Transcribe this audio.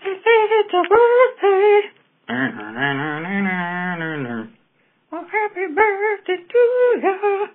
It's a birthday. Well, happy birthday to ya.